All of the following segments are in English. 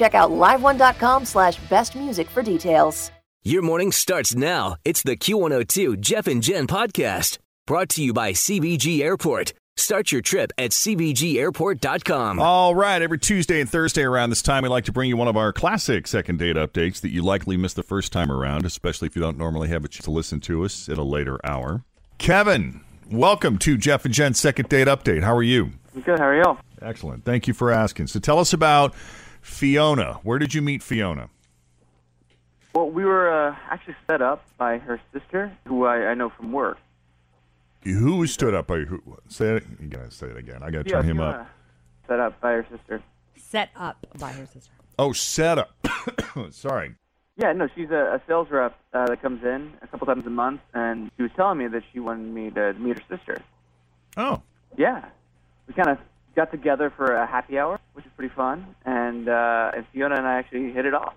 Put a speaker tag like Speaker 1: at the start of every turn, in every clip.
Speaker 1: Check out liveone.com slash best music for details.
Speaker 2: Your morning starts now. It's the Q102 Jeff and Jen podcast brought to you by CBG Airport. Start your trip at CBGAirport.com.
Speaker 3: All right, every Tuesday and Thursday around this time, we like to bring you one of our classic second date updates that you likely missed the first time around, especially if you don't normally have a chance to listen to us at a later hour. Kevin, welcome to Jeff and Jen's second date update. How are you?
Speaker 4: Good. How are you?
Speaker 3: Excellent. Thank you for asking. So tell us about Fiona. Where did you meet Fiona?
Speaker 4: Well, we were uh, actually set up by her sister, who I, I know from work.
Speaker 3: Who was stood up by who? Say it. You gotta say it again. I gotta turn him up.
Speaker 4: Fiona, Set up by her sister.
Speaker 5: set up by her sister.
Speaker 3: Oh, set up. Sorry.
Speaker 4: Yeah, no, she's a, a sales rep uh, that comes in a couple times a month, and she was telling me that she wanted me to meet her sister.
Speaker 3: Oh,
Speaker 4: Yeah, we kind of got together for a happy hour, which is pretty fun, and uh, and Fiona and I actually hit it off.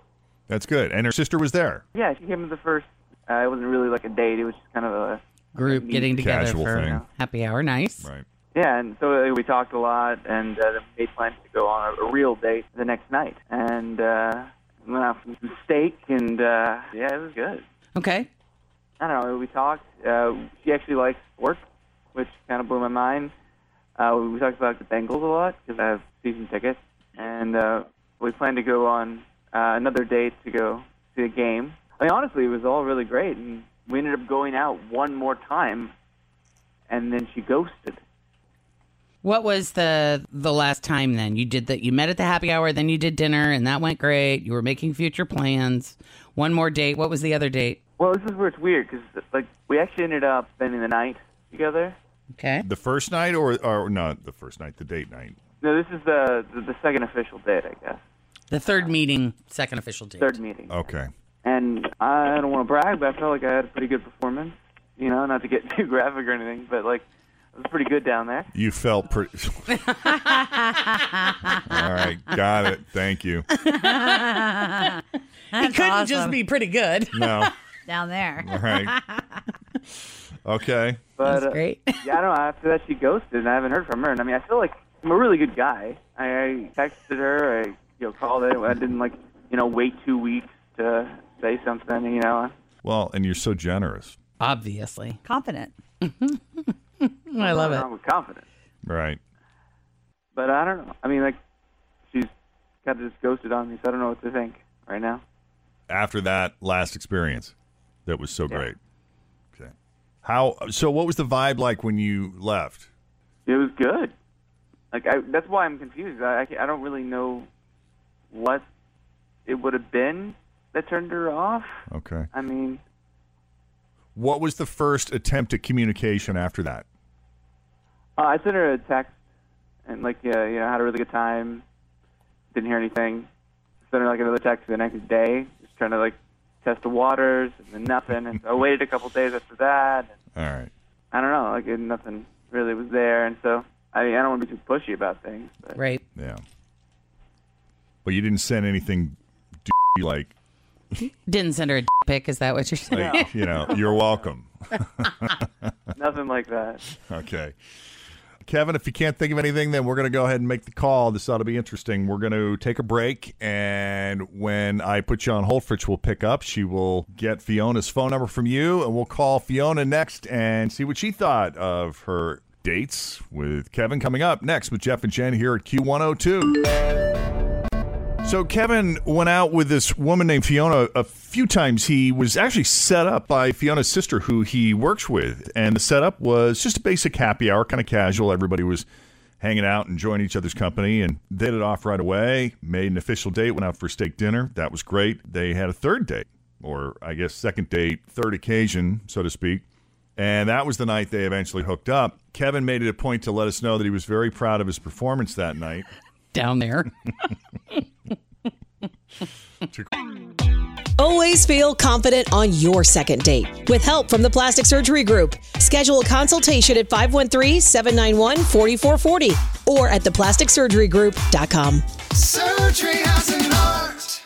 Speaker 3: that's good. And her sister was there.
Speaker 4: Yeah, she came to the first. Uh, it wasn't really like a date; it was just kind of a
Speaker 6: group getting together
Speaker 3: Casual
Speaker 6: for
Speaker 3: thing.
Speaker 6: happy hour. Nice.
Speaker 3: Right.
Speaker 4: Yeah, and so uh, we talked a lot, and uh, then we made plans to go on a, a real date the next night, and uh, went out for some steak, and uh, yeah, it was good.
Speaker 6: Okay.
Speaker 4: I don't know. We talked. Uh, she actually likes sports, which kind of blew my mind. Uh, we talked about the Bengals a lot because I have season tickets, and uh, we plan to go on uh, another date to go to the game. I mean, honestly, it was all really great, and we ended up going out one more time, and then she ghosted.
Speaker 6: What was the the last time then? You did that you met at the happy hour, then you did dinner and that went great. You were making future plans. One more date. What was the other date?
Speaker 4: Well, this is where it's weird because like we actually ended up spending the night together.
Speaker 6: Okay.
Speaker 3: The first night, or or not the first night, the date night.
Speaker 4: No, this is the the, the second official date, I guess.
Speaker 6: The third meeting, second official date.
Speaker 4: Third meeting.
Speaker 3: Okay.
Speaker 4: And I don't want to brag, but I felt like I had a pretty good performance. You know, not to get too graphic or anything, but like it was pretty good down there.
Speaker 3: You felt pretty. All right, got it. Thank you.
Speaker 5: That's
Speaker 6: Couldn't
Speaker 5: awesome.
Speaker 6: just be pretty good.
Speaker 3: No.
Speaker 5: down there.
Speaker 3: All right. Okay.
Speaker 4: But
Speaker 6: That's great.
Speaker 4: Uh, yeah, I don't know. After that, she ghosted, and I haven't heard from her. And I mean, I feel like I'm a really good guy. I, I texted her, I you know called her. I didn't like you know wait two weeks to say something. You know,
Speaker 3: Well, and you're so generous,
Speaker 6: Obviously.
Speaker 5: Confident.
Speaker 6: I love it.
Speaker 4: I'm with confidence.
Speaker 3: right?
Speaker 4: But I don't know. I mean, like, she's kind of just ghosted on me, so I don't know what to think right now.
Speaker 3: After that last experience, that was so great. Okay. How? So, what was the vibe like when you left?
Speaker 4: It was good. Like, I, that's why I'm confused. I, I, ca- I don't really know what it would have been that turned her off.
Speaker 3: Okay.
Speaker 4: I mean,
Speaker 3: What was the first attempt at communication after that?
Speaker 4: uh, I sent her a text and, like, yeah, you know, had a really good time. Didn't hear anything. Sent her, like, another text the next day, just trying to, like, test the waters and then nothing. And so I waited a couple days after that. And
Speaker 3: All right.
Speaker 4: I don't know, like it, nothing really was there, and so I mean, I don't want to be too pushy about things, but
Speaker 6: Right.
Speaker 3: Yeah. But you didn't send anything like,
Speaker 6: Didn't send her a pic. Is that what you're saying?
Speaker 3: like you know, you're welcome.
Speaker 4: Nothing like that.
Speaker 3: Okay. Kevin, if you can't think of anything, then we're going to go ahead and make the call. This ought to be interesting. We're going to take a break, and when I put you on hold, Fritch will pick up. She will get Fiona's phone number from you, and we'll call Fiona next and see what she thought of her dates with Kevin coming up next with Jeff and Jen here at Q102. So Kevin went out with this woman named Fiona a few times. He was actually set up by Fiona's sister, who he works with, and the setup was just a basic happy hour, kind of casual. Everybody was hanging out, enjoying each other's company, and they hit it off right away. Made an official date, went out for steak dinner. That was great. They had a third date, or I guess second date, third occasion, so to speak. And that was the night they eventually hooked up. Kevin made it a point to let us know that he was very proud of his performance that night.
Speaker 6: Down there.
Speaker 7: Always feel confident on your second date with help from the Plastic Surgery Group. Schedule a consultation at 513 791 4440 or at theplasticsurgerygroup.com.
Speaker 8: Surgery has an art.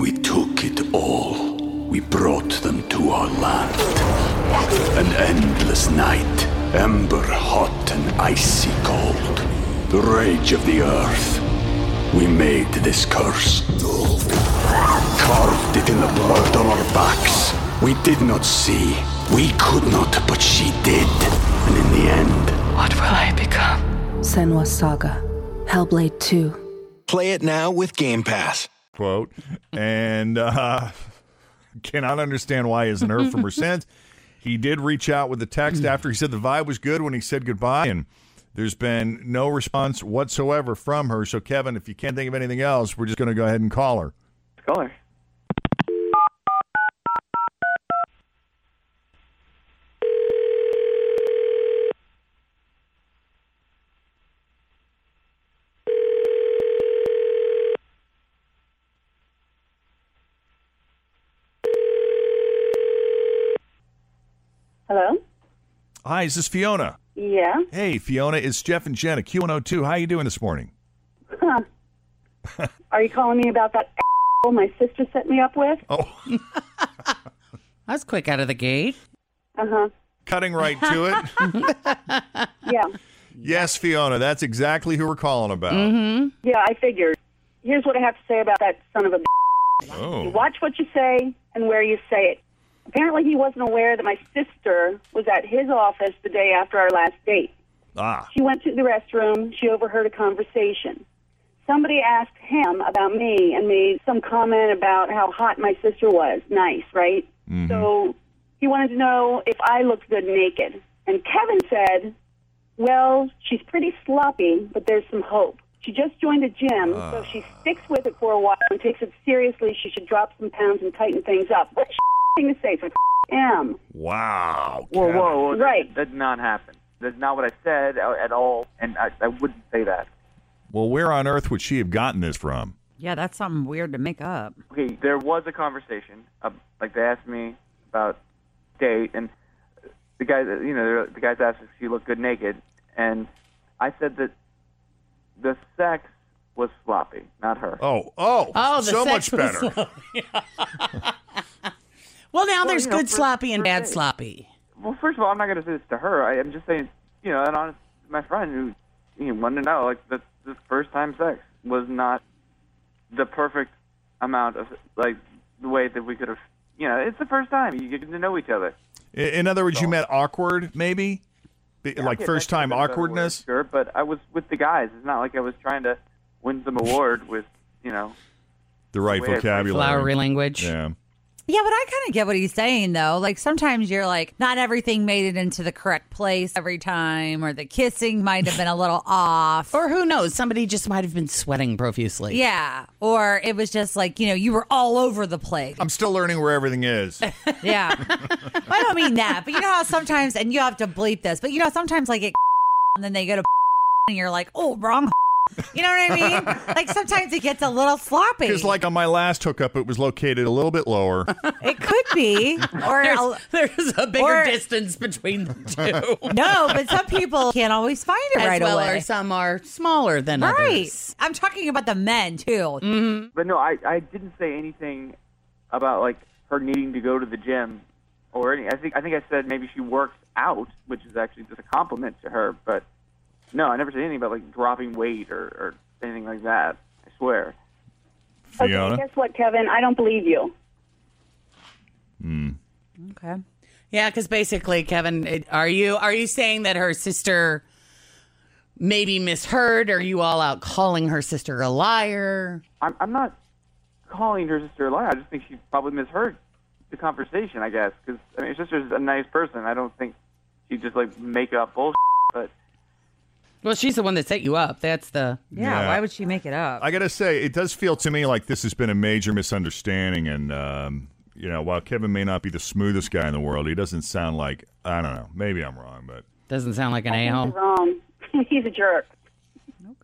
Speaker 9: We took it all. We brought them to our land. An endless night, ember hot and icy cold. The rage of the earth. We made this curse. Carved it in the blood on our backs. We did not see. We could not, but she did. And in the end,
Speaker 10: What will I become? Senwa Saga. Hellblade 2.
Speaker 8: Play it now with Game Pass.
Speaker 3: quote and uh, cannot understand why he hasn't heard from her since. He did reach out with a text after he said the vibe was good when he said goodbye, and there's been no response whatsoever from her. So, Kevin, if you can't think of anything else, we're just going to go ahead and call her.
Speaker 4: Let's call her.
Speaker 11: Hello?
Speaker 3: Hi, is this Fiona?
Speaker 11: Yeah.
Speaker 3: Hey, Fiona, it's Jeff and Jen at Q102. How you doing this morning?
Speaker 11: Huh. Are you calling me about that asshole my sister set me up with?
Speaker 3: Oh,
Speaker 6: I was quick out of the gate.
Speaker 11: Uh huh.
Speaker 3: cutting right to it.
Speaker 11: Yeah.
Speaker 3: yes, Fiona, that's exactly who we're calling about.
Speaker 4: Mm-hmm.
Speaker 11: Yeah, I figured. Here's what I have to say about that son of a.
Speaker 3: Oh.
Speaker 11: You watch what you say and where you say it. Apparently, he wasn't aware that my sister was at his office the day after our last date.
Speaker 3: Ah.
Speaker 11: She went to the restroom. She overheard a conversation. Somebody asked him about me and made some comment about how hot my sister was. Nice, right? So he wanted to know if I looked good naked. And Kevin said, Well, she's pretty sloppy, but there's some hope. She just joined a gym, so if she sticks with it for a while and takes it seriously, she should drop some pounds and tighten things up. What a thing to say for him.
Speaker 3: Wow.
Speaker 4: Whoa, whoa, whoa.
Speaker 11: Right.
Speaker 4: That, that did not happen. That's not what I said uh, at all, and I, I wouldn't say that.
Speaker 3: Well, where on earth would she have gotten this from?
Speaker 5: Yeah, that's something weird to make up.
Speaker 4: Okay, there was a conversation. Uh, like they asked me about date, and the guy, you know, the guys asked if she looked good naked, and I said that the sex was sloppy, not her.
Speaker 3: Oh, oh,
Speaker 6: Oh, the
Speaker 3: so
Speaker 6: sex
Speaker 3: much
Speaker 6: was
Speaker 3: better.
Speaker 6: Well, now there's
Speaker 4: you know,
Speaker 6: good
Speaker 4: for-
Speaker 6: sloppy and
Speaker 4: for
Speaker 6: bad
Speaker 4: days.
Speaker 6: sloppy.
Speaker 4: Well, first of all, I'm not going to say this to her. I, I'm just saying, you know, an honest, my friend who you know, wanted to know, like, the, the first time sex was not the perfect amount of, like, the way that we could have, you know, it's the first time. You get to know each other.
Speaker 3: In in other words, you meant awkward, maybe, Be- like
Speaker 4: Oh. Okay,
Speaker 3: first
Speaker 4: that's-
Speaker 3: time
Speaker 4: that's a better word,
Speaker 3: awkwardness.
Speaker 4: Sure, but I was with the guys. It's not like I was trying to win some award with, you know,
Speaker 3: The right
Speaker 4: Way of
Speaker 3: vocabulary.
Speaker 6: Flowery language.
Speaker 3: Yeah.
Speaker 5: Yeah, but I kind of get what he's saying though. Like sometimes you're like, not everything made it into the correct place every time, or the kissing might have been a little off.
Speaker 6: Or who knows? Somebody just might have been sweating profusely.
Speaker 5: Yeah, or it was just like you know you were all over the place.
Speaker 3: I'm still learning where everything is.
Speaker 5: Yeah, I don't mean that, but you know how sometimes, and you have to bleep this, but you know sometimes like it, and then they go to, and you're like, oh, wrong, You know what I mean? like sometimes it gets a little sloppy.
Speaker 3: Because, like on my last hookup, it was located a little bit lower.
Speaker 5: It could be, or
Speaker 6: There's-
Speaker 5: there's
Speaker 6: a bigger distance between the two.
Speaker 5: no, but some people can't always find it
Speaker 6: As
Speaker 5: right
Speaker 6: well,
Speaker 5: away.
Speaker 6: or some are smaller than
Speaker 5: right.
Speaker 6: others.
Speaker 5: I'm talking about the men too.
Speaker 4: But no, I, I didn't say anything about like her needing to go to the gym or any. I think I think I said maybe she works out, which is actually just a compliment to her. But no, I never said anything about like dropping weight or, or anything like that. I swear.
Speaker 3: Fiona?
Speaker 11: Guess what, Kevin? I don't believe you.
Speaker 5: Okay.
Speaker 6: Yeah, because basically, Kevin, it, are you are you saying that her sister maybe misheard? Are you all out calling her sister a liar?
Speaker 4: I'm I'm not calling her sister a liar. I just think she probably misheard the conversation. I guess because I mean, her sister's a nice person. I don't think she just like make up bullshit. But
Speaker 6: Well, she's the one that set you up. That's the
Speaker 3: Yeah. why would
Speaker 5: she make it up?
Speaker 3: I gotta say, it does feel to me like this has been a major misunderstanding, and um, you know, while Kevin may not be the smoothest guy in the world, he doesn't sound like I don't know. Maybe I'm wrong, but
Speaker 6: doesn't sound like an
Speaker 11: I
Speaker 6: a
Speaker 11: think
Speaker 6: hole.
Speaker 11: you're wrong. Um, He's a jerk.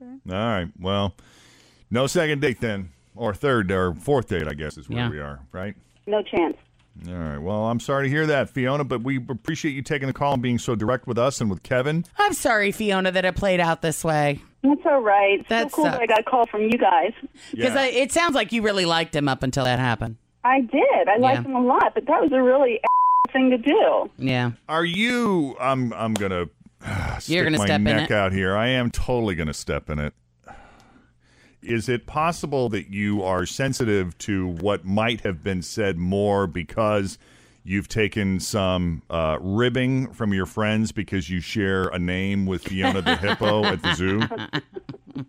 Speaker 3: All right, well, no second date then, or third or fourth date, I guess is where
Speaker 11: Yeah.
Speaker 3: we are, right?
Speaker 11: No chance.
Speaker 3: All right. Well, I'm sorry to hear that, Fiona, but we appreciate you taking the call and being so direct with us and with Kevin.
Speaker 6: I'm sorry, Fiona, that it played out this way.
Speaker 11: That's all right. It's
Speaker 6: That
Speaker 11: so cool that
Speaker 6: sucks.
Speaker 11: I got a call from you guys.
Speaker 6: Because it sounds like you really liked him up until that happened.
Speaker 11: I did. I liked him a lot, but that was a really thing to do.
Speaker 6: Yeah.
Speaker 3: Are you? I'm. I'm gonna. stick
Speaker 6: You're gonna
Speaker 3: my
Speaker 6: step in it.
Speaker 3: neck out here. I am totally gonna step in it. Is it possible that you are sensitive to what might have been said more because you've taken some uh, ribbing from your friends because you share a name with Fiona the hippo at the zoo?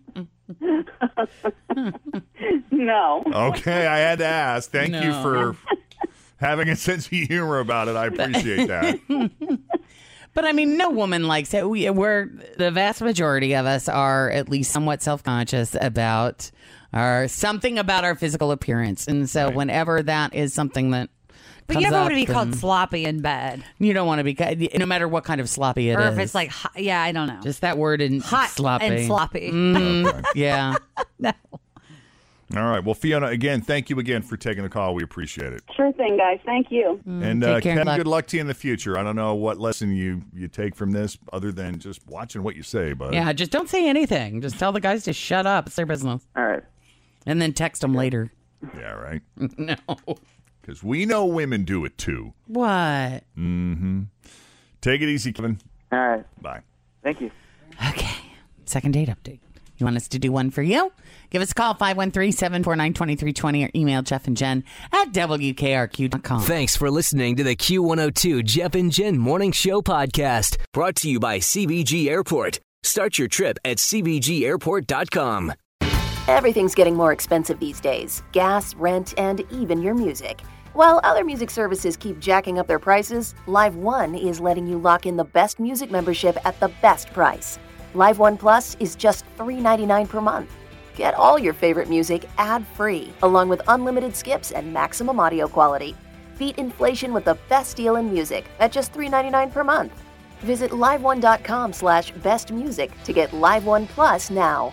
Speaker 11: No.
Speaker 3: Okay, I had to ask. Thank you
Speaker 6: No.
Speaker 3: for having a sense of humor about it. I appreciate that.
Speaker 6: But I mean, no woman likes it. We, we're the vast majority of us are at least somewhat self conscious about our something about our physical appearance, and so whenever that is something that.
Speaker 5: But you
Speaker 6: comes
Speaker 5: don't want to
Speaker 6: up,
Speaker 5: be called
Speaker 6: then
Speaker 5: sloppy in bed,
Speaker 6: You don't want to be, ca- no matter what kind of sloppy it is.
Speaker 5: or if it's like, hot, yeah, I don't know,
Speaker 6: just that word and
Speaker 5: hot
Speaker 6: sloppy
Speaker 5: and sloppy.
Speaker 6: Mm, yeah.
Speaker 3: All right. Well, Fiona, again, thank you again for taking the call. We appreciate it.
Speaker 11: Sure thing, guys. Thank you.
Speaker 3: And uh, Ken, good luck to you in the future. I don't know what lesson you you take from this, other than just watching what you say. But
Speaker 6: Yeah, just don't say anything. Just tell the guys to shut up. It's their business.
Speaker 4: All right.
Speaker 6: And then text them later.
Speaker 3: yeah, right.
Speaker 6: no,
Speaker 3: because we know women do it too.
Speaker 6: What?
Speaker 3: Mm-hmm. Take it easy, Kevin.
Speaker 4: All right.
Speaker 3: Bye.
Speaker 4: Thank you.
Speaker 6: Second date update. You want us to do one for you? Give us a call 513 749 2320 or email Jeff and Jen at WKRQ.com.
Speaker 2: Thanks for listening to the Q102 Jeff and Jen Morning Show podcast, brought to you by CBG Airport. Start your trip at CBGAirport.com.
Speaker 1: Everything's getting more expensive these days gas, rent, and even your music. While other music services keep jacking up their prices, Live One is letting you lock in the best music membership at the best price. Live One Plus is just $3.99 per month. Get all your favorite music ad free, along with unlimited skips and maximum audio quality. Beat inflation with the best deal in music at just $3.99 per month. Visit liveone.com slash bestmusic to get Live One Plus now.